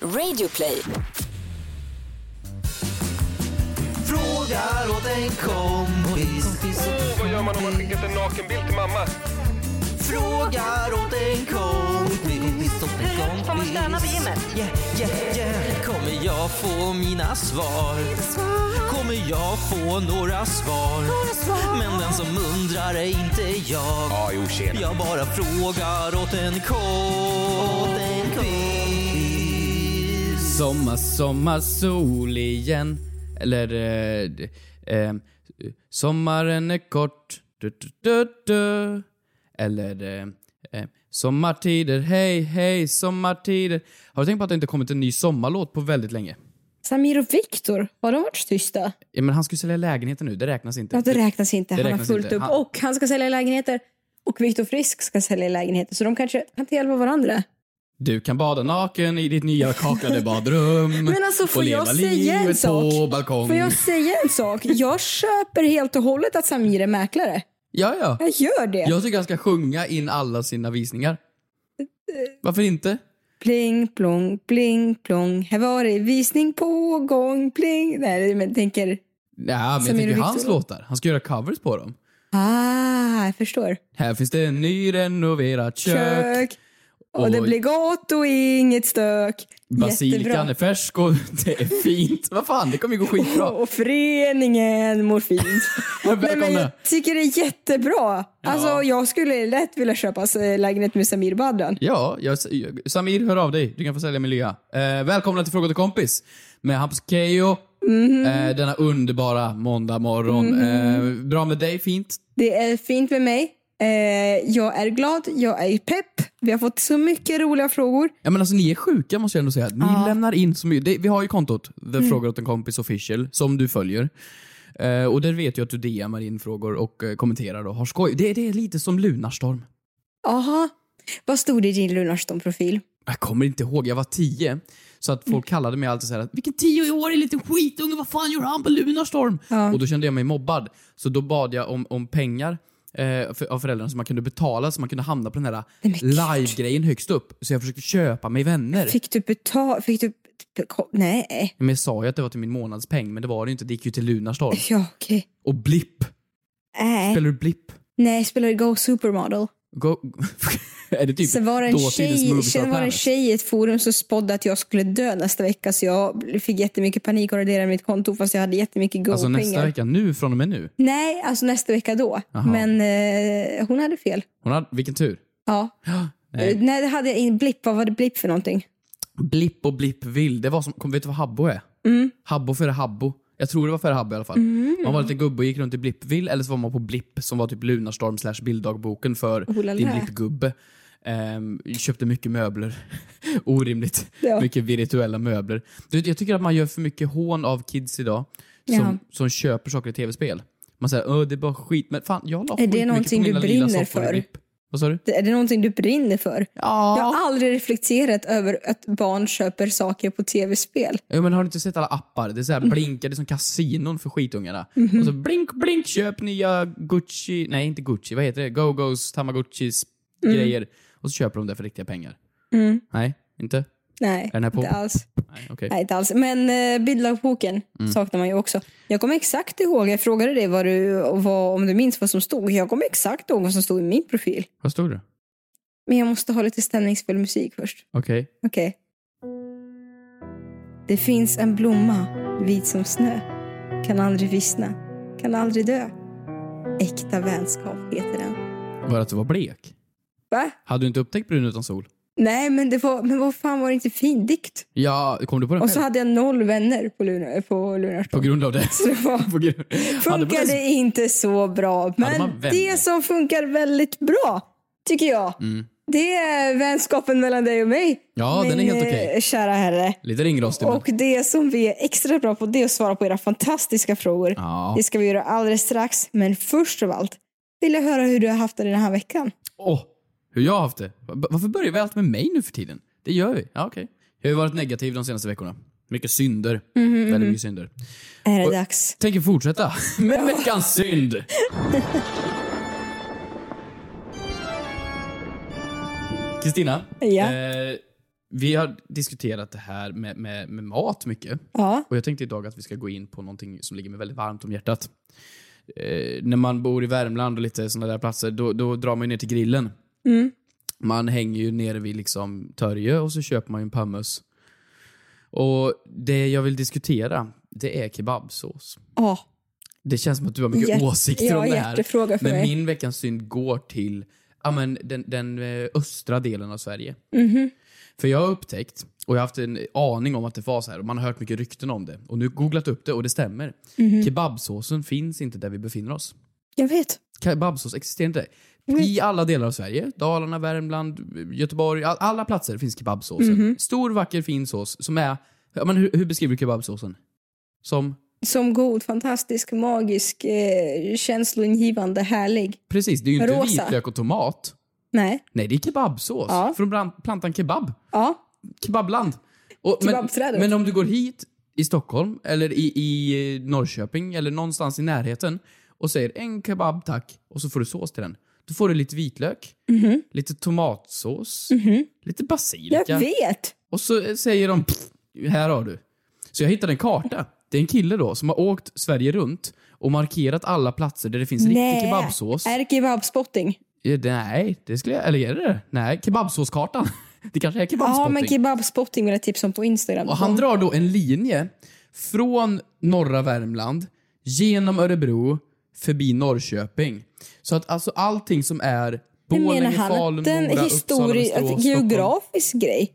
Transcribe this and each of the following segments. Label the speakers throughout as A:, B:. A: Radioplay.
B: Frågar åt en kompis.
C: Åh, vad gör man om man skickat en nakenbild till mamma?
B: Frågar åt en kompis. Hur
D: får man stöna på gymmet?
B: Yeah, yeah, yeah. Kommer jag få mina svar? Kommer jag få några svar? Men den som undrar är inte jag.
C: Ja, jo tjena.
B: Jag bara frågar åt en kompis.
E: Sommar, sommar, sol igen. Eller... Eh, d- ehm, sommaren är kort. Du, du, du, du. Eller... Eh, eh, sommartider, hej, hej, sommartider. Har du tänkt på att det inte kommit en ny sommarlåt på väldigt länge?
F: Samir och Viktor, har de varit tysta?
E: Ja, men han skulle sälja lägenheten nu, det räknas inte.
F: Ja, det räknas inte.
E: Det
F: han
E: räknas
F: har fullt
E: inte.
F: upp.
E: Han-
F: Och han ska sälja lägenheter. Och Viktor Frisk ska sälja lägenheter. Så de kanske kan inte hjälpa varandra.
E: Du kan bada naken i ditt nya kaklade badrum.
F: Men alltså får
E: och
F: jag
E: leva
F: säga en
E: livet på
F: sak?
E: balkong.
F: Får jag säga en sak? Jag köper helt och hållet att Samir är mäklare.
E: Ja, ja.
F: Jag gör det.
E: Jag tycker han ska sjunga in alla sina visningar.
F: Eh,
E: Varför inte?
F: Pling plong, pling plong. Här var det visning på gång, pling. Nej, men jag tänker...
E: Ja, men jag
F: Samir
E: tänker
F: och
E: hans
F: Viktor.
E: låtar. Han ska göra covers på dem.
F: Ah, jag förstår.
E: Här finns det en nyrenoverat kök.
F: Kök. Och det
E: Oj.
F: blir gott och inget stök.
E: Basilikan
F: Jättebra.
E: är färsk och det är fint. Vad fan, det kommer ju gå skitbra.
F: Och föreningen Morfin. Nej, men
E: Välkomna.
F: jag tycker det är jättebra. Alltså, jag skulle lätt vilja köpa eh, lägenhet med Samir Badran.
E: Ja, jag, Samir, hör av dig. Du kan få sälja min lya. Eh, välkomna till Fråga till kompis med Hampus Keyyo.
F: Mhm.
E: Eh, denna underbara måndag morgon. Eh, bra med dig, fint.
F: Det är fint med mig. Eh, jag är glad, jag är pepp. Vi har fått så mycket roliga frågor.
E: Ja, men alltså, ni är sjuka måste jag ändå säga. Ni lämnar in så mycket. Det, vi har ju kontot, The
F: Mm.
E: Frågar åt en kompis official, som du följer. Eh, och där vet jag att du DMar in frågor och eh, kommenterar och har skoj. Det, det är lite som Lunarstorm.
F: Aha. Vad stod det i din Lunarstorm-profil?
E: Jag kommer inte ihåg, jag var tio. Så att folk
F: Mm.
E: kallade mig alltid så här att “Vilken tioårig liten skitunge, vad fan gör han på Lunarstorm?” Och då kände jag mig mobbad. Så då bad jag om, om pengar eh, för, av föräldrarna så man kunde betala så man kunde hamna på den här
F: men gud.
E: live-grejen högst upp. Så jag försökte köpa mig vänner.
F: Fick du betala? Fick du... ko- Nej.
E: Men jag sa ju att det var till min månadspeng, men det var det ju inte. Det gick ju till Lunarstorm.
F: Ja, okej.
E: Och Blipp.
F: Nej.
E: Spelar du Blipp?
F: Nej, spelade Go Supermodel.
E: Go- är det typ
F: Sen var det en
E: dåtidens
F: tjej,
E: Movies
F: sen
E: Out
F: var det en
E: Planet?
F: tjej i ett forum som spådde att jag skulle dö nästa vecka så jag fick jättemycket panik och raderade mitt konto fast jag hade jättemycket go-pengar.
E: Alltså nästa vecka, nu, från och med nu.
F: Nej, alltså nästa vecka då.
E: Jaha.
F: Men eh, hon hade fel.
E: Hon hade, vilken tur.
F: Ja. Eh,
E: Nej.
F: Nej. Nej, det hade jag in, blipp. Vad var det blipp för någonting?
E: Blipp och Blipp vill. Det var som, kom- vet du vad Habbo är?
F: Mm.
E: Habbo före Habbo. Jag tror det var före Habbo i alla fall. Man var lite gubbe och gick runt i Blippvill, eller så var man på Blipp som var typ Lunarstorm slash bilddagboken för
F: Oh la la.
E: din Blippgubbe. Ehm, köpte mycket möbler. Orimligt.
F: Ja.
E: Mycket virtuella möbler. Du, vet, jag tycker att man gör för mycket hån av kids idag som,
F: Jaha.
E: som köper saker i tv-spel. Man säger Åh, det är bara skit, men fan jag la
F: det
E: skitmycket på
F: någonting du
E: mina lila
F: brinner
E: soffor i
F: för?
E: Blipp. Vad sa du?
F: Det- Är det någonting du brinner för?
E: Ja.
F: Jag har aldrig reflekterat över att barn köper saker på tv-spel.
E: Jo men har du inte sett alla appar? Det är så här blinkar, det är som kasinon för skitungarna. Och så blink, blink, köp nya Gucci, nej inte Gucci, vad heter det? Go-Go's, Tamagotchis
F: Mm.
E: grejer. Och så köper de det för riktiga pengar. Nej, inte?
F: Nej,
E: den här på?
F: inte alls.
E: Nej, okej.
F: Nej, inte alls. Men eh, bildlagboken saknar man ju också. Jag kommer exakt ihåg, jag frågade dig vad du, vad, om du minns vad som stod. Jag kommer exakt ihåg vad som stod i min profil.
E: Vad stod det?
F: Men jag måste ha lite stämningsfull musik först.
E: Okej.
F: Okej. Det finns en blomma, vit som snö. Kan aldrig vissna, kan aldrig dö. Äkta vänskap heter den.
E: Var det att du var blek?
F: Va?
E: Hade du inte upptäckt brun utan sol?
F: Nej, men, det var, men vad fan var det inte fin dikt?
E: Ja, kom du på den
F: Och så
E: själv?
F: hade jag noll vänner på, Luna, på
E: På
F: Lunarstorm.
E: grund av det?
F: Så det var,
E: på grund... Hade man
F: funkade
E: ens-
F: inte så bra.
E: man
F: Men
E: vänner?
F: det som funkar väldigt bra, tycker jag,
E: Mm.
F: det är vänskapen mellan dig och mig.
E: Ja, den är
F: min,
E: helt okej.
F: eh, kära herre.
E: Lite ringrostig men...
F: Och det som vi är extra bra på det är att svara på era fantastiska frågor.
E: Ja.
F: Det ska vi göra alldeles strax, men först av allt vill jag höra hur du har haft det den här veckan.
E: Åh, hur jag har haft det. Va- Varför börjar vi alltid med mig nu för tiden? Det gör vi. Ja, okej. Jag har ju varit negativ de senaste veckorna. Mycket synder. Väldigt mycket synder.
F: Är det
E: Och-
F: dags?
E: Tänker fortsätta med veckans synd. Kristina,
F: Ja.
E: eh, vi har diskuterat det här med, med, med mat mycket.
F: Ja.
E: Och jag tänkte idag att vi ska gå in på någonting som ligger mig väldigt varmt om hjärtat. Eh, när man bor i Värmland och lite sådana där platser, då, då drar man ju ner till grillen. Man hänger ju nere vid liksom Törje och så köper man ju en hummus. Och det jag vill diskutera, det är kebabsås.
F: Ja.
E: Det känns som att du har mycket
F: Hjärt-
E: åsikter
F: ja,
E: om det här.
F: hjärtefråga för
E: men
F: mig.
E: min veckans synd går till ja, men den, den eh, östra delen av Sverige.
F: Mhm.
E: För jag har upptäckt, och jag har haft en aning om att det var så här, och man har hört mycket rykten om det. Och nu googlat upp det och det stämmer.
F: Mhm.
E: Kebabsåsen finns inte där vi befinner oss.
F: Jag vet.
E: Kebabsås existerar inte. I alla delar av Sverige, Dalarna, Värmland, Göteborg, all, alla platser finns kebabsåsen.
F: Mhm.
E: Stor, vacker, fin sås som är... Ja, men hur, hur beskriver du kebabsåsen? Som
F: Som god, fantastisk, magisk, eh, känsloingivande, härlig.
E: Precis, det är ju inte
F: Rosa.
E: vitlök och tomat.
F: Nej.
E: Nej, det är kebabsås.
F: Ja.
E: Från bran- plantan kebab.
F: Ja.
E: Kebabland. Och, men,
F: Kebabträdet.
E: men om du går hit i Stockholm eller i, i eh, Norrköping eller någonstans i närheten och säger en kebab tack och så får du sås till den. Då får du lite vitlök, lite tomatsås, lite basilika.
F: Mhm. Jag vet.
E: Och så eh, säger de "Pff, här har du. Så jag hittade en karta. Det är en kille då som har åkt Sverige runt och markerat alla platser där det finns
F: Nej.
E: riktig kebabsås.
F: Är det kebabspotting?
E: Ja, det- Nej, det skulle jag... Eller är det det Nej, kebabsåskartan. Det kanske är
F: Ja,
E: kebabspotting.
F: men kebabspotting vill jag tipsa om på Instagram.
E: och han drar då en linje från norra Värmland, genom Örebro, förbi Norrköping. Så att alltså allting som är
F: Men
E: Borlänge,
F: menar han
E: Falun,
F: att en
E: Mora, Uppsala,
F: histori-
E: Västerås,
F: att
E: Stockholm.
F: geografisk grej?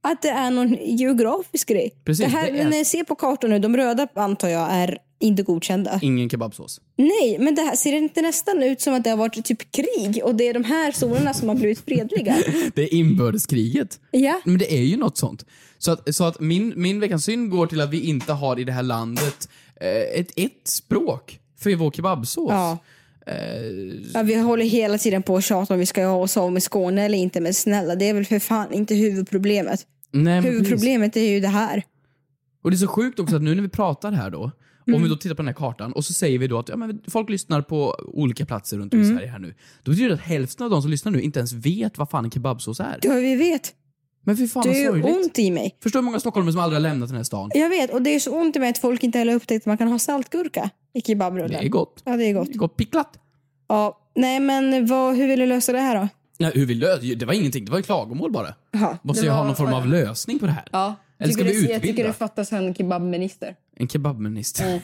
F: Att det är någon geografisk grej?
E: Precis,
F: det här,
E: det är-
F: när jag ser på kartan nu, de röda antar jag är inte godkända.
E: Ingen kebabsås.
F: Nej, men det här ser det inte nästan ut som att det har varit typ krig och det är de här zonerna som har blivit fredliga?
E: Det är inbördeskriget.
F: ja.
E: Men det är ju något sånt. Så att, så att min, min veckans synd går till att vi inte har i det här landet eh, ett, ett språk för vår kebabsås.
F: Ja.
E: Eh,
F: ja. Vi håller hela tiden på och tjatar om vi ska ha oss av med Skåne eller inte, men snälla, det är väl för fan inte huvudproblemet.
E: Nej, men precis.
F: Huvudproblemet är ju det här.
E: Och det är så sjukt också att nu när vi pratar här då, om
A: Mm.
E: vi då tittar på den här kartan och så säger vi då att ja, men folk lyssnar på olika platser runt om i
A: Mm.
E: Sverige här nu. Då betyder det att hälften av de som lyssnar nu inte ens vet vad fan en kebabsås är.
F: Ja, vi vet.
E: Men fy fan
F: Det
E: vad
F: är ju
E: sorgligt.
F: ont i mig.
E: Förstår hur många stockholmare som aldrig har lämnat den här stan.
F: Jag vet, och det är så ont i mig att folk inte heller har upptäckt att man kan ha saltgurka i
E: Det
F: kebabrullen.
E: är gott.
F: Ja, det är gott.
E: Det är gott picklat.
F: Ja. Nej, men vad, hur vill du lösa det här då?
E: Nej, hur vi löser Det var ingenting, det var ju klagomål bara.
F: Jaha,
E: Måste
A: det
E: ju ha
A: var-
E: någon form av lösning på det här.
A: Ja.
E: Eller ska
A: Tycker
E: vi
A: det- Jag tycker
E: utbilda?
A: det Mm, fattas en kebabminister.
E: En kebabminister.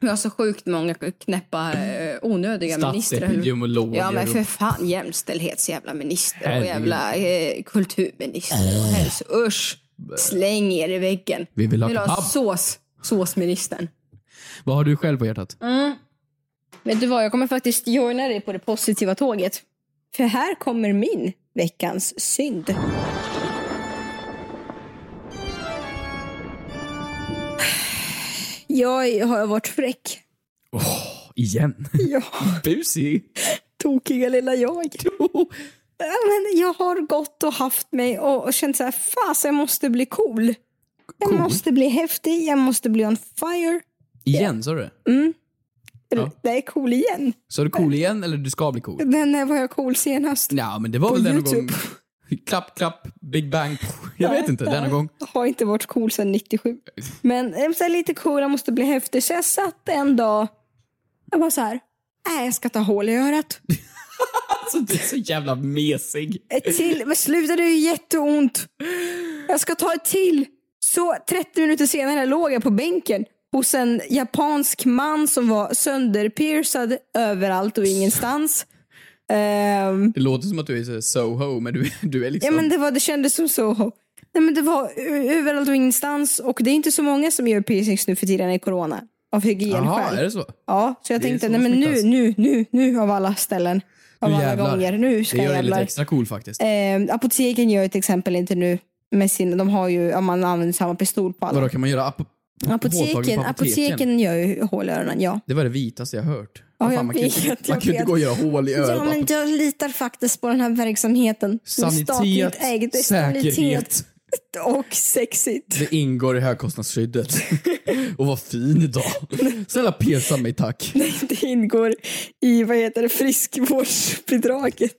A: Vi har så sjukt många knäppa, eh, onödiga ministrar.
E: Statsepidemiologer.
A: Ja men
E: och-
A: för fan jämställdhetsjävla minister och
E: Herregud. Äh.
A: jävla eh, kulturminister och hälso... Usch! Släng er i väggen.
E: Vi vill ha
A: Vill
E: kebab.
A: ha sås. Såsministern.
E: Vad har du själv på hjärtat?
A: Mm.
F: Vet du vad, jag kommer faktiskt joina dig på det positiva tåget. För här kommer min veckans synd. Jag har varit fräck.
E: Igen?
F: Ja,
E: Busig?
F: tokiga lilla jag. Ja, Men jag har gått och haft mig och och känt så här, fas jag måste bli cool. Jag
E: Cool?
F: måste bli häftig, jag måste bli on fire.
E: Igen, sa du det?
F: Eller,
E: Ja.
F: Nej, cool igen.
E: Så är du cool igen eller du ska bli cool?
F: Men när var jag cool senast?
E: Ja, men det var
F: På
E: väl denna gång...
F: YouTube.
E: Klapp, klapp, big bang. pff, Jag vet inte, denna gång.
F: Jag har inte varit cool sedan 97. Men eh, så här, lite cool, jag måste bli häftig. Så jag satt en dag, jag var så här, nej jag ska ta hål i örat.
E: Alltså du är så jävla mesig.
F: Ett till, men sluta det är ju jätteont. Jag ska ta ett till. Så 30 minuter senare låg jag på bänken hos en japansk man som var sönderpiercad överallt och ingenstans. Ehm,
E: Det låter som att du är så här Soho, men du, du är
F: Ja
E: liksom...
F: men det, var, det kändes som så. Nej, men det var ö- överallt och ingenstans och det är inte så många som gör piercings nu för tiden i corona. Av
E: Jaha, är
F: hygienskäl.
E: det så?
F: Ja, så jag
E: Det är
F: tänkte
E: så
F: nej, men nu,
E: smittas.
F: nu, nu, nu av alla ställen. Av
E: Nu
F: alla
E: jävlar.
F: gånger. Nu ska
E: Det gör
F: jag
E: dig lite
F: jävlar.
E: extra cool faktiskt.
F: Eh, apoteken gör ju till exempel inte nu med sina, de har ju, ja, man använder samma pistol på alla.
E: Vadå, kan man göra ap- påtagning på
F: Apoteken, apoteken gör ju hål i öronen, ja.
E: Det var det vitaste jag hört. Vad
F: jag
E: man kan ju
F: vet,
E: inte,
F: jag
E: man kan ju inte
F: vet.
E: gå och göra hål i örat.
F: Ja, men jag litar faktiskt på den här verksamheten. Den är statligt
E: Sanitet,
F: ägd, det är sanitet
E: säkerhet.
F: och sexigt.
E: Det ingår i högkostnadsskyddet. och vad fin idag. Snälla pierca mig tack.
F: det ingår i vad heter det, friskvårdsbidraget.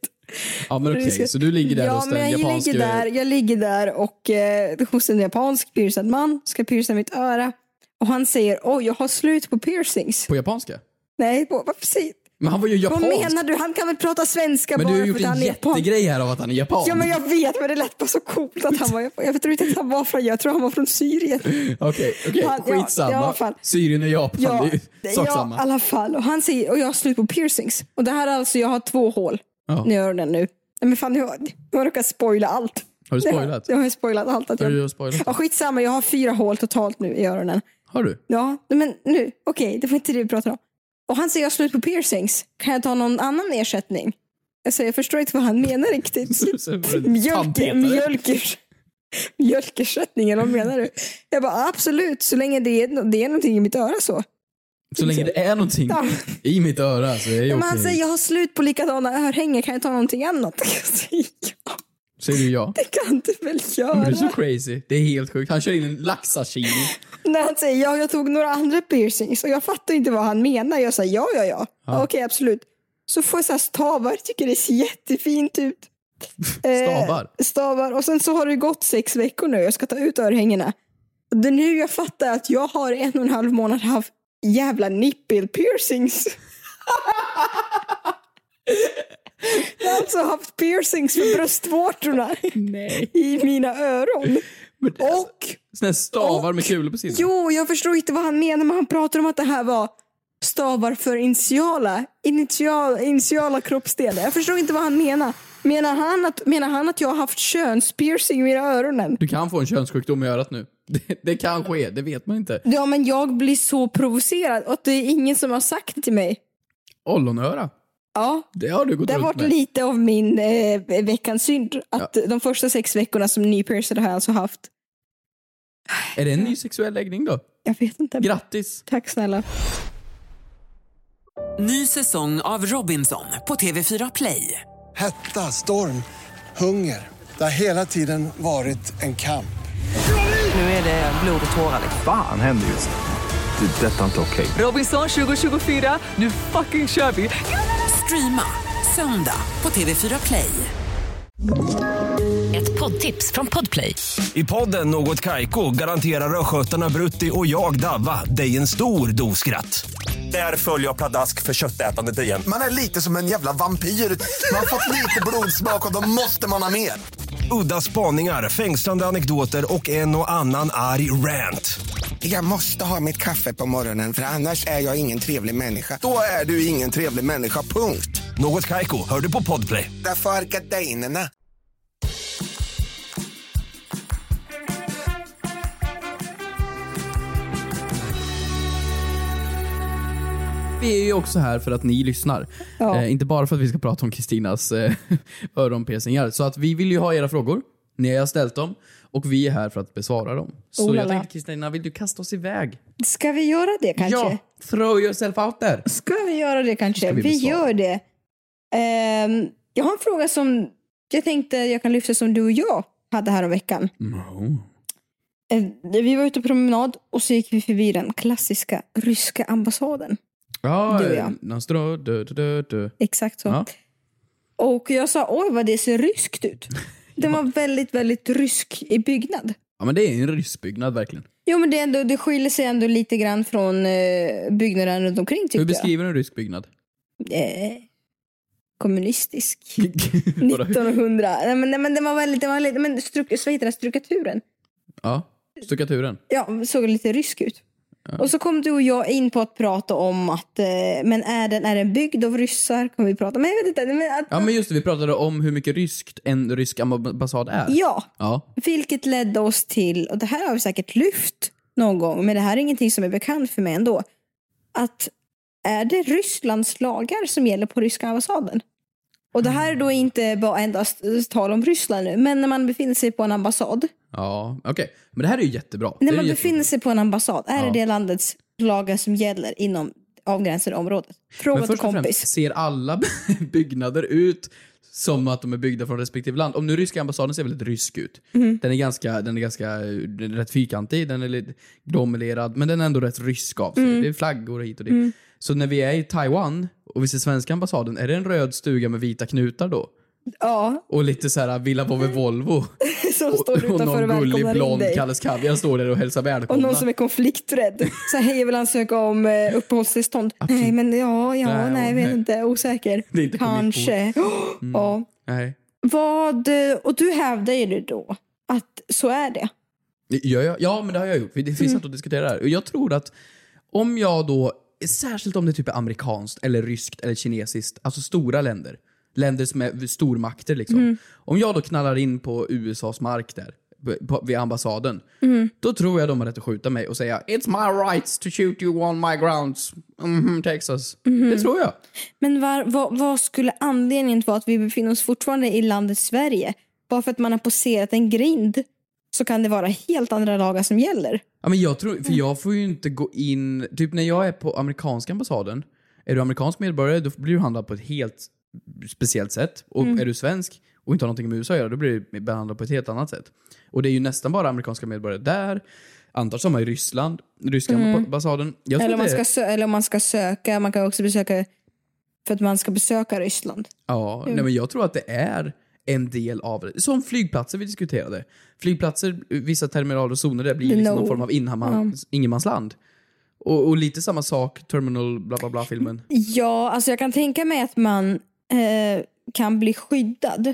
E: Ja, men okej. Så du ligger där
F: ja,
E: hos
F: men
E: den
F: jag
E: japanska...
F: Ligger där, jag ligger där och eh, hos en japansk piercad man ska pierca mitt öra. Och han säger oj jag har slut på piercings.
E: På japanska?
F: Nej, på, varför säger...
E: Men han var ju
F: Vad
E: japansk.
F: menar du? Han kan väl prata svenska
E: men
F: bara
E: du har
F: för
E: gjort
F: att han
E: en
F: är japan.
E: jättegrej här av att han är japan.
F: Ja men jag vet men det lät bara så coolt att han var japan. Jag tror inte att han var från, jag tror han var från Syrien.
E: Okej, okej.
F: Ja, ja,
E: Skitsamma.
F: i alla fall.
E: Syrien och Japan,
F: Ja,
E: det är ju sak
F: ja, i
E: samma.
F: alla fall. Och han säger, och jag har slut på piercings. Och det här är alltså, jag har två hål.
E: Ja.
F: Nu gör den nu. Nej men fan, nu har nu har jag råkat spoila allt.
E: Har du spoilat?
F: Jag, jag har ju spoilat allt. Att
E: Har
F: jag,
E: du spoilat?
F: ja, skitsamma, jag har fyra hål totalt nu i öronen.
E: Har du?
F: Ja, men nu, okej, det var inte det vi pratade om. Och han säger jag har slut på piercings. Kan jag ta någon annan ersättning? Jag säger, jag förstår inte vad han menar riktigt. Mjölk, mjölkers, mjölkersättning, eller vad menar du? Jag bara, absolut, så länge det är, no- det är någonting i mitt öra så.
E: Så länge det är någonting
F: Ja.
E: i mitt öra så är jag
F: Men
E: okej.
F: han säger, jag har slut på likadana örhängen, kan jag ta någonting annat? Jag säger, ja,
E: Säger du ja?
F: det kan du väl
E: Men Det är så
F: göra?
E: crazy. Det är helt sjukt. Han kör in en laxasashimi.
F: När han säger, ja, jag tog några andra piercings och jag fattar inte vad han menar. Jag säger, ja, ja, ja. ja. Okej, absolut. Så får jag så här stavar, tycker det ser jättefint ut. Eh,
E: Stavar.
F: stavar. Och sen så har det gått sex veckor nu. Jag ska ta ut örhängena. Och Det är nu jag fattar att jag har en och en halv månad haft jävla nipple piercings. jag har alltså haft piercings för bröstvårtorna
E: Nej.
F: i mina öron.
E: Men det- alltså-
F: Och,
E: Såna här stavar med kulor på sidan.
F: jo, jag förstår inte vad han menar, men han pratar om att det här var stavar för initiala, initial, initiala kroppsdelar. Jag förstår inte vad han menar. Menar han att, menar han att jag har haft könspiercing i mina öronen?
E: Du kan få en könssjukdom i örat nu. Det, det kan ske, det vet man inte.
F: Ja, men jag blir så provocerad och det är ingen som har sagt det till mig.
E: Ollonöra.
F: Ja,
E: Det har du gått
F: det har
E: runt
F: varit
E: med.
F: lite av min eh, veckans synd. Att de första sex veckorna som nypiercad har jag alltså haft.
E: Är det en ny sexuell läggning då?
F: Jag vet inte.
E: Grattis!
F: Tack snälla.
D: Ny säsong av Robinson på TV4 Play.
G: Hetta, storm, hunger. Det har hela tiden varit en kamp.
D: Nu är det blod och tårar.
H: Fan händer just nu. Det. är Detta är inte okej.
D: Robinson 2024, nu fucking kör vi! Streama söndag på TV4 Play.
I: Ett poddtips från Podplay.
J: I podden Något Kaiko garanterar östgötarna Brutti och jag, Davva, dig en stor dos skratt. Där följer jag pladask för köttätandet igen.
G: Man är lite som en jävla vampyr. Man har fått lite blodsmak och då måste man ha mer.
J: Udda spaningar, fängslande anekdoter och en och annan arg rant.
K: Jag måste ha mitt kaffe på morgonen för annars är jag ingen trevlig människa.
G: Då är du ingen trevlig människa, punkt.
J: Något Kaiko, hör du på Podplay.
K: Därför är gardinerna.
E: Vi är ju också här för att ni lyssnar.
F: Ja.
E: Eh, inte bara för att vi ska prata om Kristinas eh, öronpiercingar. Så att vi vill ju ha era frågor. Ni har ställt dem. Och vi är här för att besvara dem. Så
F: Oh la
E: jag
F: la.
E: tänkte Kristina, vill du kasta oss iväg?
F: Ska vi göra det kanske?
E: Ja! Throw yourself out there!
F: Ska vi göra det kanske?
E: Ska vi
F: Vi,
E: besvara?
F: gör det. Ehm, jag har en fråga som jag tänkte jag kan lyfta som du och jag hade här om veckan. Eh, vi var ute på promenad och så gick vi förbi den klassiska ryska ambassaden.
E: Ja,
F: Du och
E: eh,
F: jag.
E: Nastro, du, du, du, du.
F: Exakt så.
E: Ja.
F: Och jag sa oj vad det ser ryskt ut. Den var väldigt, väldigt rysk i byggnad.
E: ja, men det är en rysk byggnad verkligen.
F: Jo men det, är ändå, det skiljer sig ändå lite grann från eh, byggnaden runt omkring tycker
E: Hur beskriver du en rysk byggnad?
F: jag. Eh, kommunistisk.
E: Vadå?
F: 1900. Nej men, nej, men den var väldigt, den var väldigt men struk, så vad heter den, strukturen.
E: ja, stuckaturen.
F: Ja, såg lite rysk ut. Och så kom du och jag in på att prata om att, eh, men är den, är den byggd av ryssar? Kommer vi prata Men jag vet inte. Men att,
E: Ja men just det, vi pratade om hur mycket ryskt en rysk ambassad är.
F: ja,
E: Ja.
F: vilket ledde oss till, och det här har vi säkert lyft någon gång, men det här är ingenting som är bekant för mig ändå. Att är det Rysslands lagar som gäller på ryska ambassaden? Och det här är
E: Mm.
F: då inte bara endast eh, tal om Ryssland nu, men när man befinner sig på en ambassad
E: Ja, okej. Men det här är ju jättebra.
F: När
E: Det är
F: man
E: ju
F: befinner sig på en ambassad, är
E: Ja.
F: det det landets lagar som gäller inom avgränsade området? Fråga
E: Men
F: till
E: först och främst,
F: kompis.
E: ser alla byggnader ut som att de är byggda från respektive land? Om nu ryska ambassaden ser väldigt rysk ut.
F: Mm-hmm.
E: Den är ganska, den är ganska, eh, den är rätt fyrkantig, den är lite glomelerad, men den är ändå rätt rysk av sig.
F: Mm.
E: Det är flaggor hit och dit. Så när vi är i Taiwan och vi ser svenska ambassaden, är det en röd stuga med vita knutar då?
F: Ja,
E: Och lite så här "Ah, Villa Vove Volvo.
F: som står
E: och
F: utanför och
E: någon gullig
F: välkomnar in
E: blond
F: dig.
E: Kalles Kaviar står där och hälsar välkomna.
F: Och någon som är konflikträdd. Så här, hej, jag vill ansöka om eh, uppehållstillstånd. Nej, men ja, ja,
E: Nej,
F: nej, jag vet
E: nej.
F: inte. Osäker.
E: Det är inte på mitt Mm.
F: Kanske. Ja.
E: Nej.
F: Vad, eh, och du hävdar ju det då att så är det.
E: Ja, ja, ja, men det har jag gjort. Det finns
F: Mm.
E: inte att diskutera där. Jag tror att om jag då, särskilt om det typ är amerikanskt, eller ryskt eller kinesiskt, alltså stora länder. Länder som är stormakter liksom.
F: Mm.
E: Om jag då knallar in på USAs mark där, på, vid ambassaden.
F: Mm.
E: Då tror jag de har rätt att skjuta mig och säga “It's my rights to shoot you on my grounds, Mhm, Texas”. Det tror jag.
F: Men var, vad- vad skulle anledningen vara att vi befinner oss fortfarande i landet Sverige? Bara för att man har poserat en grind så kan det vara helt andra lagar som gäller.
E: Ja, men jag
F: Mm.
E: tror, för jag får ju inte gå in... Typ när jag är på amerikanska ambassaden, är du amerikansk medborgare då blir du handlad på ett helt speciellt sätt. Och
F: Mm.
E: är du svensk och inte har någonting med USA att göra då blir du behandlad på ett helt annat sätt. Och det är ju nästan bara amerikanska medborgare där. Antar samma i Ryssland, ryska ambassaden. Jag tror
F: Mm. Eller om, man
E: det är-
F: ska sö- eller om man ska söka, man kan också besöka för att man ska besöka Ryssland.
E: Ja, nej, men jag tror att det är en del av det. Som flygplatser vi diskuterade. Flygplatser, vissa terminaler och zoner där blir liksom någon
F: No.
E: form av inhamman, ingenmansland. Och, och lite samma sak, Terminal bla bla bla filmen.
F: Ja, alltså jag kan tänka mig att man eh, kan bli skyddad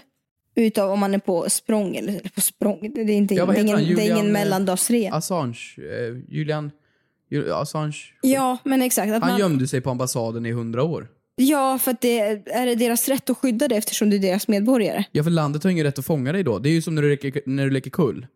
F: utav om man är på språng eller, eller på språng. Det är, inte,
E: Ja,
F: det
E: vad
F: är
E: heter
F: ingen,
E: han?
F: det är
E: Julian, eh,
F: ingen mellandagsrea.
E: Assange, eh, Julian Ju- Assange.
F: ja, men exakt. Att
E: Han
F: man,
E: gömde sig på ambassaden i hundra år.
F: ja, för att det är det deras rätt att skydda det eftersom du är deras medborgare.
E: Ja, för landet har ingen rätt att fånga dig då. Det är ju som när du leker, när du leker kull.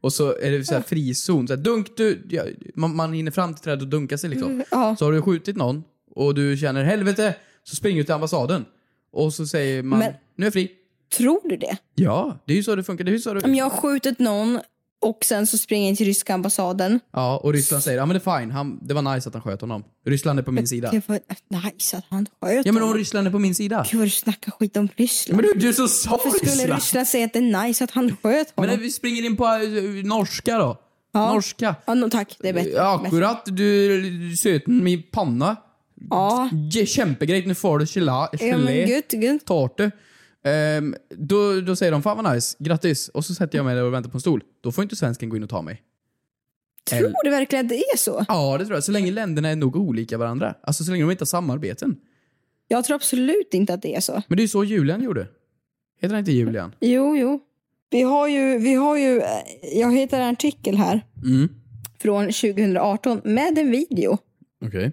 E: Och så är det så här frizon. Så här, dunk du, ja, man, man hinner fram till trädet och dunkar sig liksom.
F: Ja.
E: Så har du skjutit någon och du känner helvete, så springer du till ambassaden. Och så säger man,
F: Men-
E: nu är jag fri.
F: Tror du det?
E: Ja, det är ju så det funkar. Det är ju så det...
F: Om jag har skjutit någon och sen så springer jag in till ryska ambassaden.
E: Ja, och Ryssland säger, ja men det är fine, han, det var nice att han sköt honom. Ryssland är på min sida.
F: Det var äh, nice att han sköt
E: Ja men om
F: honom.
E: Ryssland är på min sida.
F: Gud vad du snackar skit om
E: Men
F: Ryssland.
E: du, du så sa
F: Varför skulle
E: Ryssland.
F: Ryssland säga att det är nice att han sköt
E: Men
F: honom?
E: när vi springer in på eh, norska då. Norska.
F: Ja, no, tack, det är bättre. bättre.
E: Akkurat, du söt min panna.
F: Ja.
E: Ge- Kämpegrejt, nu får du gelé.
F: Ja, men
E: gelé,
F: gött, gött.
E: Tårta. Ehm, då, då säger de fan vad nice, grattis. Och så sätter jag mig där och väntar på en stol. Då får inte svensken gå in och ta mig. Eller-
F: Tror du verkligen att det är så?
E: Ja, det tror jag. Så länge länderna är nog olika varandra. Alltså så länge de inte har samarbeten.
F: Jag tror absolut inte att det är så.
E: Men det är ju så Julian gjorde. Heter han inte Julian?
F: Jo, jo. Vi har ju, vi har ju, eh, jag hittar en artikel här
E: Mm.
F: från 2018 med en video.
E: Okej.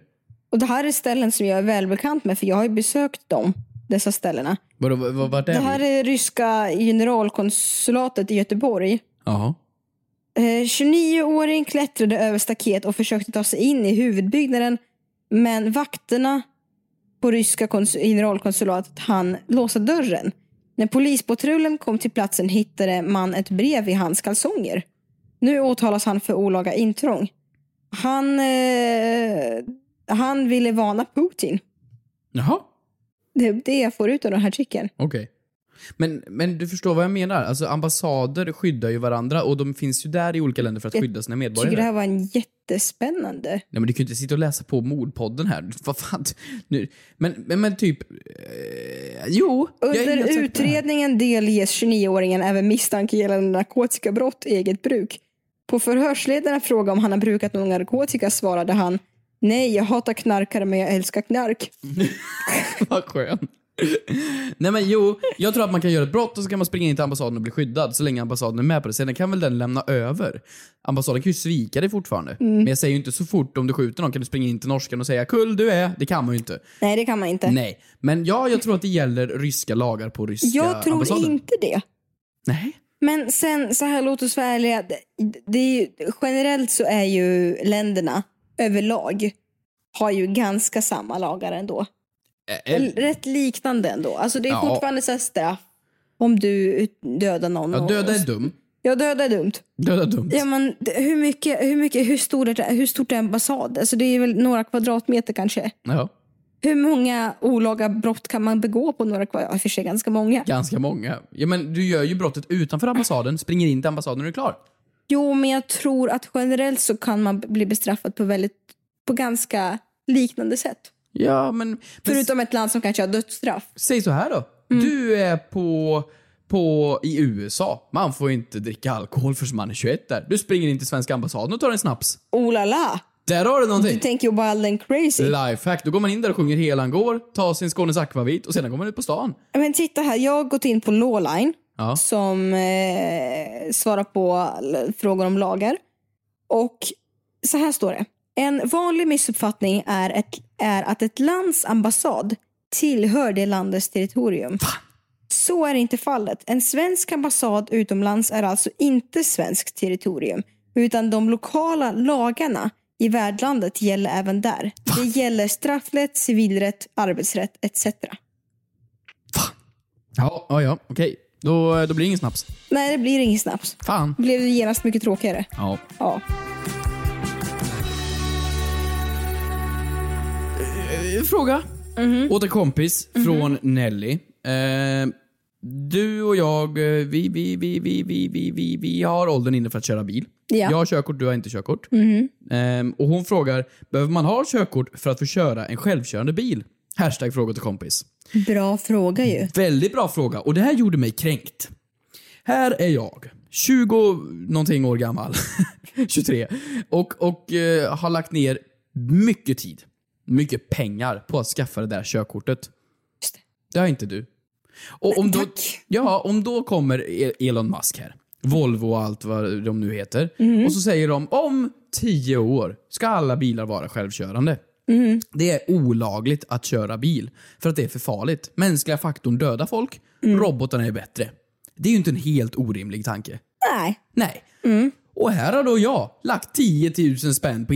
F: Och det här är ställen som jag är välbekant med för jag har ju besökt dem, dessa ställena.
E: Vadå, vad- vad- vart är
F: Det här
E: vi?
F: är ryska generalkonsulatet i Göteborg.
E: Jaha.
F: Eh, 29-åring klättrade över staket och försökte ta sig in i huvudbyggnaden. Men vakterna på ryska kons- generalkonsulatet hann låsa dörren. När polispatrullen kom till platsen hittade man ett brev i hans kalsonger. Nu åtalas han för olaga intrång. Han, eh, han ville varna Putin.
E: Jaha.
F: Det är det jag får ut av den här artikeln.
E: Okej. Men, men du förstår vad jag menar? Alltså ambassader skyddar ju varandra och de finns ju där i olika länder för att
F: Jag
E: skydda sina
F: Jag tycker
E: medborgare.
F: det här var en jättespännande.
E: Nej men du kan ju inte sitta och läsa på mordpodden här. Vad fan? Nu. Men, men, men typ... Eh, jo. jag är helt
F: Under
E: säker på det här.
F: utredningen delges 29-åringen även misstanke gällande narkotikabrott i eget bruk. På förhörsledaren fråga om han har brukat någon narkotika svarade han Nej, jag hatar knarkare men jag älskar knark.
E: Vad skön. Nej men jo, jag tror att man kan göra ett brott och så kan man springa in till ambassaden och bli skyddad så länge ambassaden är med på det. Sen kan väl den lämna över. Ambassaden kan ju svika dig fortfarande.
F: Mm.
E: Men jag säger ju inte så fort om du skjuter någon kan du springa in till norskan och säga “Kull du är”. Det kan man ju inte.
F: Nej, det kan man inte.
E: Nej, men ja, jag tror att det gäller ryska lagar på ryska
F: jag tror
E: ambassaden.
F: inte det.
E: Nej.
F: Men sen så här, låt oss vara ärliga. Det, det är ju, generellt så är ju länderna överlag har ju ganska samma lagar ändå.
E: Eh, eh,
F: Eller Rätt liknande ändå. Alltså det är
E: Ja.
F: fortfarande så här straff om du dödar någon.
E: Ja,
F: och-
E: döda
F: och-
E: är dum.
F: Ja, döda är dumt.
E: Döda är dumt.
F: Ja, men d- hur, mycket, hur, mycket, hur, stor är, det- hur stort är ambassad? Alltså, det är väl några kvadratmeter kanske.
E: Ja,
F: Hur många olaga brott kan man begå på några kvadratmeter? I och för sig ganska många.
E: ganska många. Ja, men du gör ju brottet utanför ambassaden, springer in till ambassaden och du är klar.
F: Jo, men jag tror att generellt så kan man bli bestraffad på, väldigt, på ganska liknande sätt.
E: Ja, men... men
F: Förutom ett land som kanske har dödsstraff.
E: s- Säg så här då. Du är på, på, i USA. Man får inte dricka alkohol förrän man är 21 där. Du springer in till svenska ambassaden och tar en snaps.
F: Oh la la!
E: Där har du
F: Du
E: någonting!
F: tänker ju bara all den crazy.
E: Lifehack. Då går man in där och sjunger Helan går, tar sin Skånes akvavit och sedan går man ut på stan.
F: Men titta här, jag har gått in på Lawline
E: Ja.
F: som eh, svarar på l- frågor om lagar. Och så här står det. En vanlig missuppfattning är, ett, är att ett lands ambassad tillhör det landets territorium. Så är inte fallet. En svensk ambassad utomlands är alltså inte svenskt territorium. Utan de lokala lagarna i värdlandet gäller även där. Det gäller straffrätt, civilrätt, arbetsrätt etc.
E: Ja, ja, ja okej. Då, då blir det ingen snaps.
F: Nej, det blir ingen snaps.
E: Fan.
F: Blev det genast mycket tråkigare?
E: Ja.
F: Ja.
E: Eh, Fråga. Åt en kompis från Nelly. Eh, du och jag, eh, vi, vi, vi, vi, vi, vi, vi, vi har åldern inne för att köra bil.
F: Ja.
E: Jag har körkort, du har inte körkort. Eh, och hon frågar, behöver man ha körkort för att få köra en självkörande bil? Hashtag fråga till kompis.
F: Bra fråga ju.
E: Väldigt bra fråga och det här gjorde mig kränkt. Här är jag, 20 någonting år gammal, 23, och, och eh, har lagt ner mycket tid, mycket pengar på att skaffa det där körkortet. Det har inte du. Och om då, ja, om då kommer E- Elon Musk här, Volvo och allt vad de nu heter, och så säger de om 10 år ska alla bilar vara självkörande. Det är olagligt att köra bil för att det är för farligt. Mänskliga faktorn dödar folk, robotarna är bättre. Det är ju inte en helt orimlig tanke.
F: Nej.
E: Nej. Och här har då jag lagt 10 000 spänn på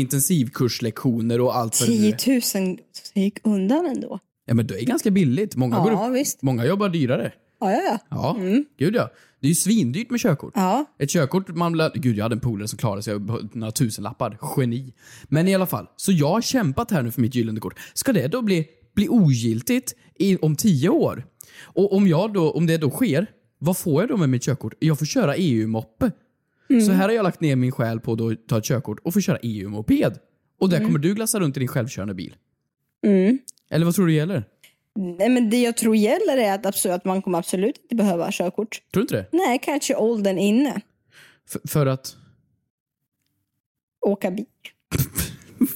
E: intensivkurslektioner och allt vad det nu är.
F: 10 000 gick undan ändå.
E: Ja men det är ganska billigt. Många,
F: Ja,
E: går upp,
F: visst.
E: många jobbar dyrare.
F: Ja, ja, ja.
E: Ja, gud ja. Det är ju svindyrt med körkort.
F: Ja.
E: Ett körkort man lär... Gud, jag hade en polare som klarade sig på några tusenlappar. Geni. Men i alla fall, så jag har kämpat här nu för mitt gyllene kort. Ska det då bli, bli ogiltigt i, om tio år? Och om, jag då, om det då sker, vad får jag då med mitt körkort? Jag får köra EU-moppe.
F: Mm.
E: Så här har jag lagt ner min själ på då att ta ett körkort och få köra EU-moped. Och
F: Mm.
E: där kommer du glassa runt i din självkörande bil. Eller vad tror du gäller?
F: Nej, men det jag tror gäller är att, absolut, att man kommer absolut inte behöva ha körkort.
E: Tror du inte det?
F: Nej, kanske åldern inne.
E: F- för att...
F: Åka bil.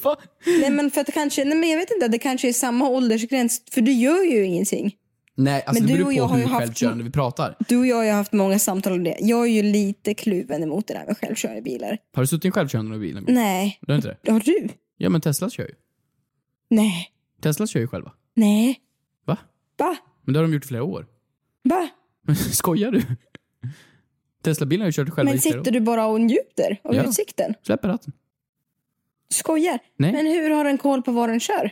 E: Va?
F: Nej, men för att det kanske, nej, men jag vet inte. Det kanske är samma åldersgräns. För du gör ju ingenting.
E: Nej, alltså
F: Men
E: det
F: du
E: beror
F: och
E: på
F: jag har
E: hur
F: ju haft-
E: självkörande vi pratar.
F: Du och jag har ju haft många samtal om det. Jag är ju lite kluven emot det där med självkörande bilar.
E: Har du suttit i en självkörande bil någon gång?
F: Nej.
E: Du har inte det?
F: Har du?
E: Ja, men Teslas kör ju.
F: Nej.
E: Teslas kör ju själva.
F: Nej.
E: Va?
F: Va?
E: Men det har de gjort i flera år.
F: Va?
E: Men Skojar du? Teslabilen har ju kört själva
F: Men
E: i flera
F: sitter
E: år.
F: du bara och njuter av
E: Ja.
F: utsikten?
E: Släpper ratten.
F: Skojar?
E: Nej.
F: Men hur har den koll på var den kör?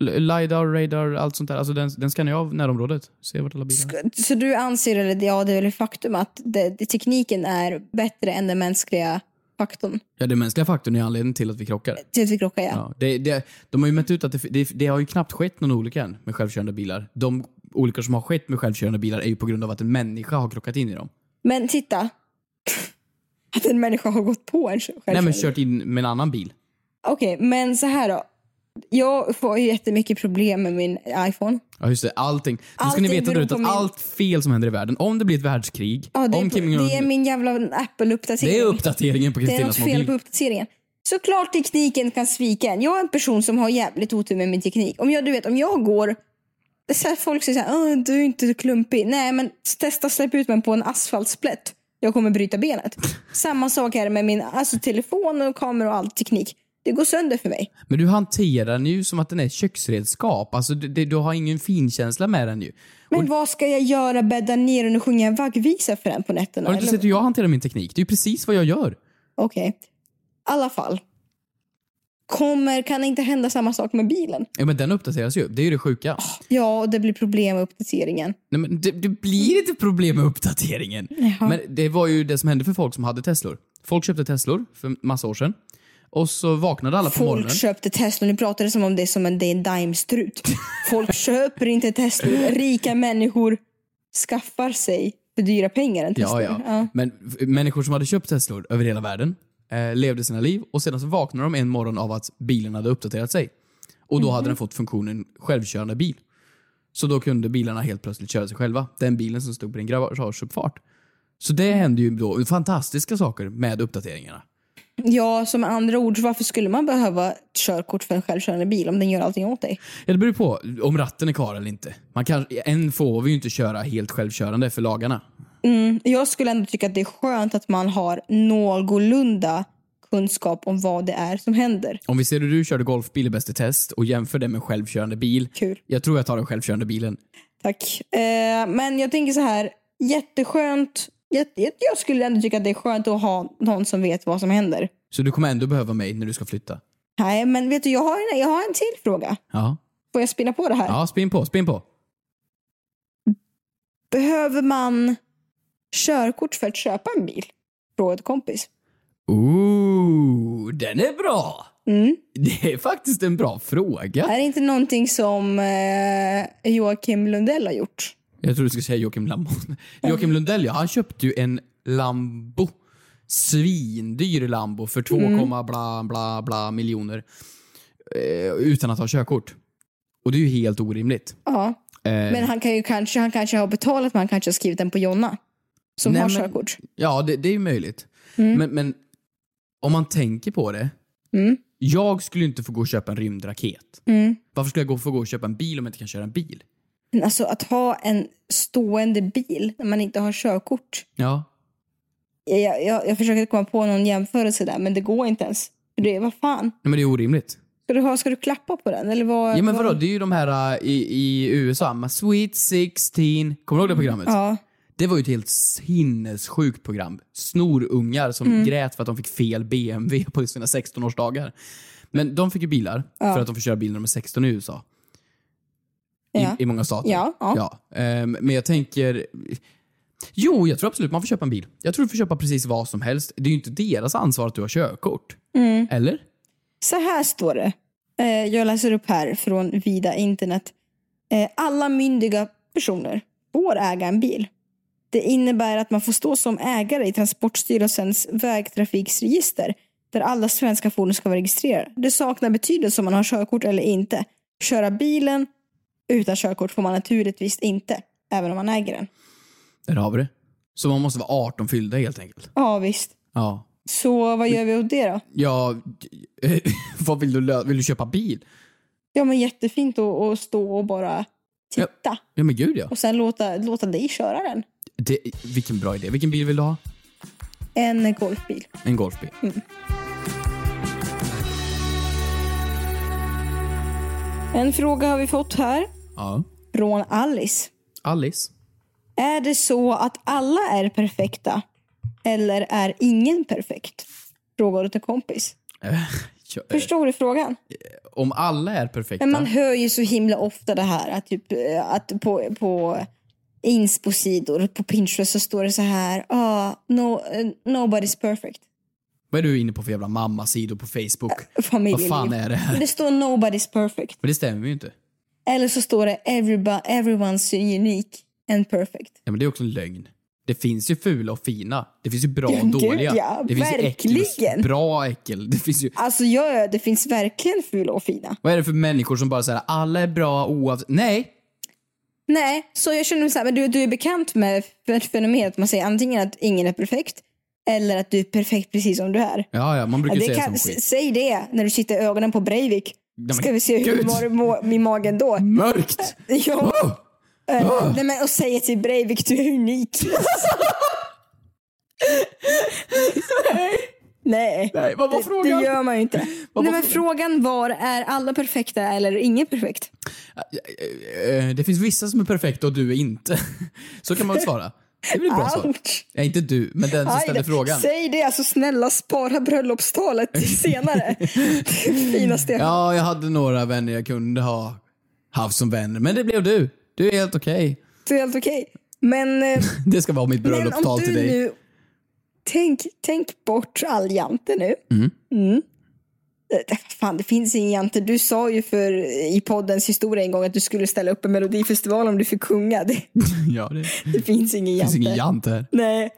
E: L- Lidar, radar, allt sånt där. Alltså den, den skannar ju av närområdet. Ser vart alla bilar är.
F: Sk- Så du anser, eller ja, det är väl ett faktum att det, det, tekniken är bättre än den mänskliga faktorn
E: Ja, den mänskliga faktorn är anledningen till att vi krockar.
F: till att vi krockar? Ja.
E: Ja, det, det, de har ju mätt ut att det, det, det har ju knappt skett någon olycka än med självkörande bilar. De olyckor som har skett med självkörande bilar är ju på grund av att en människa har krockat in i dem.
F: Men titta. Att en människa har gått på en själv.
E: Nej, men kört in med en annan bil.
F: Okej, men så här då. Jag får ju jättemycket problem med min iPhone.
E: Ja just det, allting. Nu ska
F: Allting
E: ni veta där
F: beror
E: ute
F: på
E: att
F: min-
E: allt fel som händer i världen, om det blir ett världskrig,
F: Ja, det, är,
E: om Kim Jong-Un...
F: det är min jävla Apple-uppdatering.
E: det är uppdateringen på
F: Det är
E: Kristinas
F: något fel
E: mobil.
F: på uppdateringen. Såklart tekniken kan svika en. Jag är en person som har jävligt otur med min teknik. Om jag, du vet, om jag går... det är Så här, folk säger så här, "Åh, du är inte så klumpig. Nej, men testa släpp ut mig på en asfaltsplätt. Jag kommer bryta benet. Samma sak här med min alltså, telefon och kamera och all teknik. Det går sönder för mig.
E: Men du hanterar den ju som att den är ett köksredskap. Alltså, det, det, du har ingen finkänsla med den ju.
F: Men vad ska jag göra? Bädda ner den och sjunga en vaggvisa för den på nätterna?
E: Har du inte
F: eller?
E: sett hur jag hanterar min teknik? Det är ju precis vad jag gör.
F: Okej. I alla fall. Kommer, kan det inte hända samma sak med bilen?
E: Ja, men den uppdateras ju. Det är ju det sjuka.
F: Ah. Ja, och det blir problem med uppdateringen.
E: Nej, men det, det blir inte problem med uppdateringen. Men det var ju det som hände för folk som hade Teslor. Folk köpte Teslor för massa år sedan. Och så vaknade alla på
F: Folk
E: morgonen.
F: köpte Tesla. Nu pratar det som om det är som en, det är en daimstrut. Folk köper inte Tesla. Rika människor skaffar sig för dyra pengar en Tesla.
E: Ja, ja. Men f- människor som hade köpt Teslor över hela världen eh, levde sina liv och sedan så vaknade de en morgon av att bilen hade uppdaterat sig. Och då hade den fått funktionen självkörande bil. Så då kunde bilarna helt plötsligt köra sig själva. Den bilen som stod på din garageuppfart. Så det hände ju då fantastiska saker med uppdateringarna.
F: Ja, som med andra ord, så varför skulle man behöva ett körkort för en självkörande bil om den gör allting åt dig?
E: Ja, det beror ju på om ratten är kvar eller inte. Man kan, än får vi ju inte köra helt självkörande för lagarna.
F: Mm, jag skulle ändå tycka att det är skönt att man har någorlunda kunskap om vad det är som händer.
E: Om vi ser hur du körde golfbil i Bäst i test och jämför det med en självkörande bil.
F: Kul.
E: Jag tror jag tar den självkörande bilen.
F: Tack. Eh, men jag tänker så här, jätteskönt. Jätte, jätte- jag skulle ändå tycka att det är skönt att ha någon som vet vad som händer.
E: Så du kommer ändå behöva mig när du ska flytta.
F: Nej, men vet du, jag har en, jag har en till fråga.
E: Ja.
F: Får jag spinna på det här?
E: Ja, spinn på, spinn på.
F: Behöver man körkort för att köpa en bil? Frågade kompis.
E: Ooh, den är bra!
F: Mm.
E: Det är faktiskt en bra fråga.
F: Är det inte någonting som eh, Joakim Lundell har gjort?
E: Jag tror du skulle säga Joakim Lambon. Joakim Lundell, ja, han köpte ju en Lambo. Svindyr Lambo för 2, bla bla bla miljoner. Eh, utan att ha körkort. Och det är ju helt orimligt.
F: Ja.
E: Eh,
F: Men han, kan ju kanske, han kanske har betalat, men han kanske har skrivit den på Jonna. Som
E: Nej,
F: har
E: men-
F: körkort.
E: Ja, det, det är ju möjligt. Men, men om man tänker på det.
F: Mm.
E: Jag skulle ju inte få gå och köpa en rymdraket.
F: Mm.
E: Varför skulle jag gå, få gå och köpa en bil om jag inte kan köra en bil?
F: Men alltså att ha en stående bil när man inte har körkort.
E: Ja.
F: Jag, jag, jag försöker komma på någon jämförelse där, men det går inte ens. För det är, vad fan.
E: Nej, men det är orimligt.
F: Ska du, ha, ska du klappa på den? Eller vad,
E: Ja men
F: vad-
E: vadå, det är ju de här äh, i, i USA, med Sweet 16. Kommer du ihåg det programmet?
F: Ja.
E: Det var ju ett helt sinnessjukt program. Snorungar som
F: Mm.
E: grät för att de fick fel BMW på sina 16-årsdagar. Men de fick ju bilar för att de får köra bil när de är 16 i USA. I,
F: Ja.
E: i många stater.
F: Ja, ja.
E: Ehm, men jag tänker... Jo, jag tror absolut man får köpa en bil. Jag tror du får köpa precis vad som helst. Det är ju inte deras ansvar att du har körkort.
F: Mm.
E: Eller?
F: Så här står det. Eh, Jag läser upp här från vida internet. Eh, Alla myndiga personer får äga en bil. Det innebär att man får stå som ägare i Transportstyrelsens vägtrafiksregister där alla svenska fordon ska vara registrerade. Det saknar betydelse om man har körkort eller inte. Köra bilen utan körkort får man naturligtvis inte, även om man äger den.
E: Där har vi det. Så man måste vara 18 fyllda helt enkelt.
F: Ja, visst.
E: Ja.
F: Så vad gör vi åt det då?
E: Ja, eh, vad vill du lö- Vill du köpa bil?
F: Ja, men jättefint att, att stå och bara
E: Ja.
F: titta.
E: Ja men gud ja.
F: och sen låta, låta dig köra den.
E: Det, vilken bra idé. Vilken bil vill du ha?
F: En golfbil.
E: En golfbil.
F: Mm. En fråga har vi fått här
E: Ja.
F: från Alice.
E: Alice.
F: Är det så att alla är perfekta? Eller är ingen perfekt? Frågar åt en kompis.
E: Eh, ja, eh,
F: Förstår du frågan?
E: om alla är perfekta.
F: Men man hör ju så himla ofta det här att, typ, eh, att på, på inspo-sidor, på Pinterest så står det så här. Ah, no, eh, nobody's perfect.
E: Vad är du inne på för jävla mammasidor på Facebook?
F: Familjeliv.
E: Vad fan är det här?
F: Det står nobody's perfect.
E: Men det stämmer ju inte.
F: Eller så står det everybo- everyone's unique and perfect.
E: Ja, men det är också en lögn. Det finns ju fula och fina. Det finns ju bra
F: Ja,
E: och dåliga.
F: gud, ja.
E: det finns ju äckel
F: Verkligen.
E: och bra äckel. Det finns ju...
F: Alltså ja, ja, det finns verkligen fula och fina.
E: Vad är det för människor som bara säger alla är bra oavsett... Nej!
F: Nej, så jag känner mig så här, men du, du är bekant med f- fenomenet att man säger antingen att ingen är perfekt eller att du är perfekt precis som du är.
E: Ja, ja, man brukar ju
F: Det
E: säga
F: kan,
E: sån skit.
F: s- säg det när du sitter i ögonen på Breivik.
E: men
F: Ska vi se hur
E: gud.
F: du mår må, i magen då?
E: Mörkt!
F: Ja,
E: Oh!
F: eh,
E: Ah!
F: nej, men, och säga till Breivik, du är unik. nej,
E: Nej, vad var
F: det,
E: frågan?
F: det gör man ju inte.
E: Vad var
F: Nej, men frågan var, är alla perfekta eller är ingen perfekt?
E: Eh, Det finns vissa som är perfekta och du är inte. Så kan man väl svara. Det blir ett bra svar.
F: Ouch.
E: Nej, inte du, men den som
F: Aj,
E: ställer
F: det-
E: frågan.
F: Säg det, alltså snälla spara bröllopstalet till senare. Det är det finaste jag ja.
E: Ja, jag hade några vänner jag kunde ha haft som vänner, men det blev du. Du är helt okej.
F: Det är helt okej. Men, eh,
E: Det ska vara mitt
F: men om
E: bröllopstal
F: du
E: till dig.
F: nu... Tänk, tänk bort all jante nu. Mm. Eh, Fan, det finns ingen jante. Du sa ju för, i poddens historia en gång att du skulle ställa upp en melodifestival om du fick sjunga. Det,
E: Ja, det finns
F: det finns ingen jante.
E: ingen jant här.
F: Nej.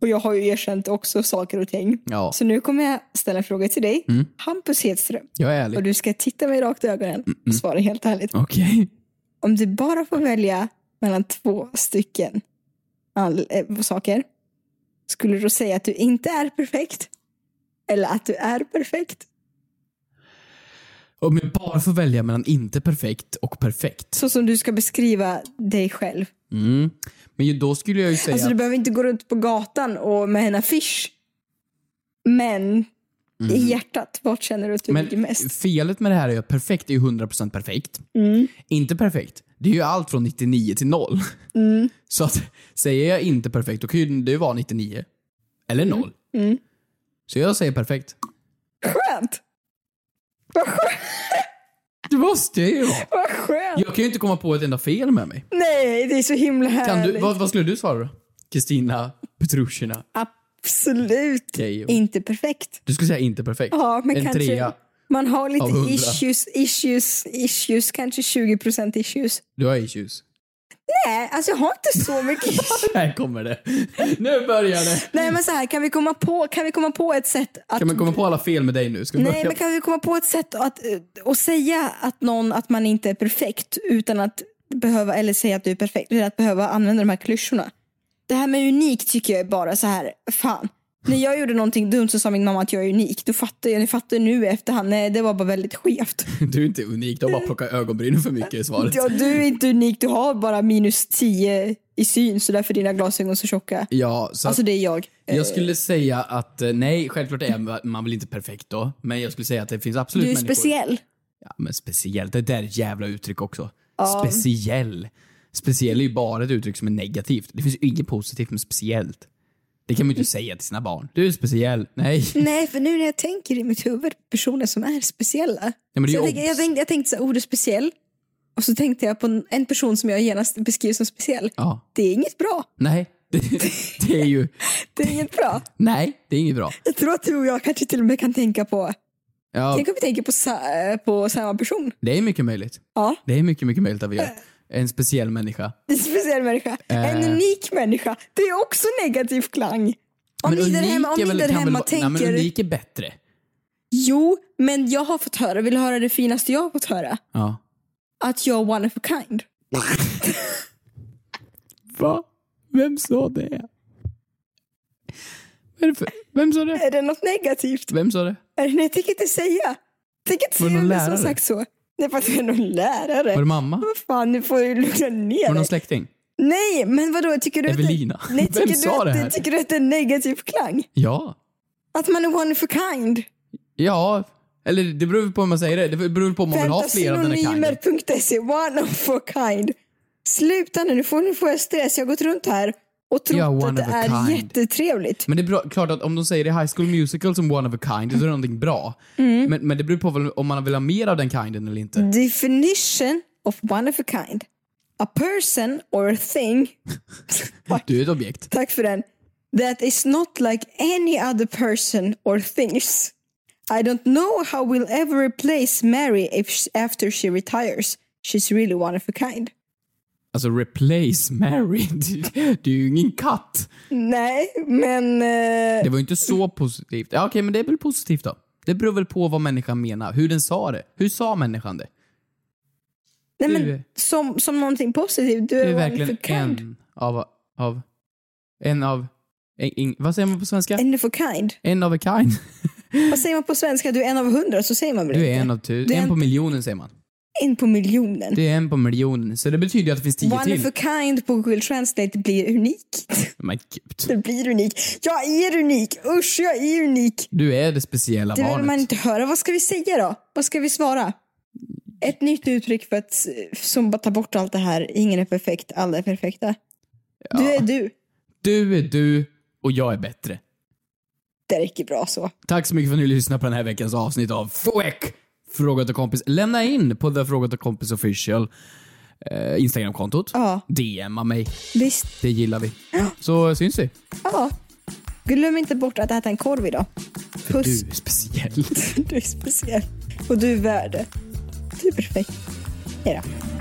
F: Och jag har ju erkänt också saker och ting.
E: Ja, Mm.
F: Så nu kommer jag ställa en fråga till dig. Hampus Hedström.
E: jag är
F: Och
E: ärlig.
F: du ska titta mig rakt i ögonen och svara helt ärligt.
E: Okej.
F: om du bara får välja mellan två stycken all, eh, saker, skulle du då säga att du inte är perfekt? Eller att du är perfekt?
E: Om jag bara får välja mellan inte perfekt och perfekt.
F: Så som du ska beskriva dig själv.
E: Mm. Men ju- då skulle jag ju säga...
F: Alltså du behöver inte gå runt på gatan och med en affisch. Men i hjärtat, vart känner du att du ligger
E: Mm-hmm. men
F: mest?
E: felet med det här är ju att perfekt är ju 100% perfekt.
F: Mm.
E: Inte perfekt, det är ju allt från 99 till 0.
F: Mm.
E: Så att säger jag inte perfekt, då kan ju det vara 99. Eller 0.
F: Mm.
E: Så jag säger perfekt.
F: Skönt!
E: Det måste jag ju vara.
F: Vad skönt!
E: Jag kan ju inte komma på ett enda fel med mig.
F: Nej, det är så himla
E: Kan
F: härligt.
E: du, vad, vad skulle du svara då? Kristina Petrushina
F: Absolut
E: Keyyo.
F: inte perfekt.
E: Du skulle säga inte perfekt.
F: Ja, men
E: en
F: kanske
E: trea.
F: man har
E: av
F: lite
E: hundra.
F: issues, issues, issues, kanske 20% issues.
E: Du har issues.
F: Nej, alltså jag har inte så mycket issues.
E: Här kommer det. Nu börjar det.
F: Nej men så här, kan vi komma på, kan vi komma på ett sätt att...
E: Kan man komma på alla fel med dig nu? Ska vi
F: Nej,
E: börja?
F: men kan vi komma på ett sätt att, eh, att säga att någon, att man inte är perfekt utan att behöva, eller säga att du är perfekt, utan att behöva använda de här klyschorna. Det här med unik tycker jag är bara så här, fan. När jag gjorde någonting dumt så sa min mamma att jag är unik. Då fattar jag, ni fattar nu i efterhand, nej det var bara väldigt skevt.
E: Du är inte unik, du har bara plockat ögonbrynen för mycket i svaret.
F: Ja, du är inte unik, du har bara minus 10 i syn så därför är dina glasögon så tjocka.
E: Ja, så
F: Alltså
E: att
F: det är jag. Eh,
E: jag skulle säga att eh, nej, självklart är man väl inte perfekt då. Men jag skulle säga att det finns absolut
F: Du är
E: människor.
F: speciell.
E: Ja, men speciell. Det där är ett jävla uttryck också. Speciell. Speciell är ju bara ett uttryck som är negativt. Det finns ju inget positivt med speciellt. Det kan man ju inte säga till sina barn. Du är speciell. Nej.
F: Nej, för nu när jag tänker i mitt huvud på personer som är speciella.
E: men det är
F: så
E: ju
F: jag, tänkte,
E: obs.
F: jag, tänkte, jag tänkte så här, ordet speciell. Och så tänkte jag på en- en person som jag genast beskriver som speciell.
E: Ja.
F: Det är inget bra.
E: Nej. Det, det är ju...
F: Det är inget bra.
E: Nej, det är inget bra.
F: Jag tror att du och jag kanske till och med kan tänka på...
E: Ja,
F: Tänk om vi tänker på, sa, eh, på samma person.
E: det är mycket möjligt.
F: Ja,
E: Det är mycket, mycket möjligt att vi gör. En speciell människa.
F: det är en speciell människa. En
E: Eh.
F: unik människa. Det är också negativ klang. Om ni där hemma, om
E: är
F: ni
E: väl-
F: där
E: kan väl
F: hemma
E: vara-
F: tänker...
E: Nej, men unik är bättre.
F: Jo, men jag har fått höra, vill du höra det finaste jag har fått höra?
E: Ja.
F: Att jag är one of a kind.
E: Va? Vem sa det? Vad är det för- Vem sa det?
F: Är det något negativt?
E: Vem sa det?
F: Nej, jag tänker inte säga. Jag tänker inte
E: Var det
F: säga
E: någon
F: vem som
E: lärare?
F: sagt så. Nej, för att det är någon lärare.
E: Var det mamma?
F: Vad fan, nu får du lugna ner
E: Var det någon
F: dig.
E: släkting?
F: Nej, men vadå, tycker du
E: Evelina?
F: att det, nej,
E: Vem
F: tycker
E: sa
F: du
E: det
F: att
E: här?
F: det, tycker du att det är en negativ klang?
E: Ja.
F: Att man är one of a kind?
E: Ja. Eller det beror på hur man säger det. Det beror på om man vill ha fler av den här kinden.
F: Fantasinonymer.se, E, one of a kind. Sluta nu, nu får, nu får jag stress. Jag har gått runt här och trott
E: Ja, one
F: att det
E: of a
F: är
E: kind.
F: jättetrevligt.
E: Men det är bra, klart att om de säger det i High School Musical som one of a kind, så är det någonting bra.
F: Mm.
E: Men, men det beror på väl om man vill ha mer av den kinden eller inte.
F: Definition of one of a kind. A person or a thing
E: Du är ett objekt.
F: Tack för den. That is not like any other person or things. I don't know how we'll ever replace Mary if sh- after she retires. She's really one of a kind.
E: Alltså replace Mary. Du, du är ju ingen katt.
F: Nej, men... eh,
E: Det var ju inte så positivt. Ja, okej, men det är väl positivt då. Det beror väl på vad människan menar. Hur den sa det. Hur sa människan det?
F: nej,
E: du är-
F: men som, som någonting positivt. Du
E: Du
F: är,
E: är
F: one of a
E: verkligen
F: kind.
E: en av... av en av... En, en, vad säger man på svenska?
F: En of a kind.
E: En av a kind.
F: Vad säger man på svenska? Du är en av hundra, så säger man väl
E: Du är
F: inte?
E: en av tusen.
F: Du är
E: En
F: en-
E: på miljonen säger man.
F: En på miljonen.
E: Du är en på miljonen. Så det betyder ju att det finns tio
F: One of
E: till.
F: a kind på Google Translate blir unik.
E: Men gud.
F: Det blir unik. Jag är unik! Usch, jag är unik!
E: Du är det speciella
F: Det vill
E: barnet.
F: man inte höra. Vad ska vi säga då? Vad ska vi svara? Ett nytt uttryck för att eh, som bara tar bort allt det här. Ingen är perfekt, alla är perfekta. Du är du.
E: Du är du och jag är bättre.
F: Det räcker bra så.
E: Tack så mycket för att ni lyssnade på den här veckans avsnitt av FOEK! Fråga till kompis. Lämna in på The Fråga till kompis official eh, Instagramkontot.
F: Ja.
E: DMa mig.
F: Visst.
E: Det gillar vi. Så syns vi.
F: Ja. Glöm inte bort att äta en korv idag. Puss.
E: Du är speciell.
F: Du är speciell. Och du är värd det. Du är perfekt. Hej då.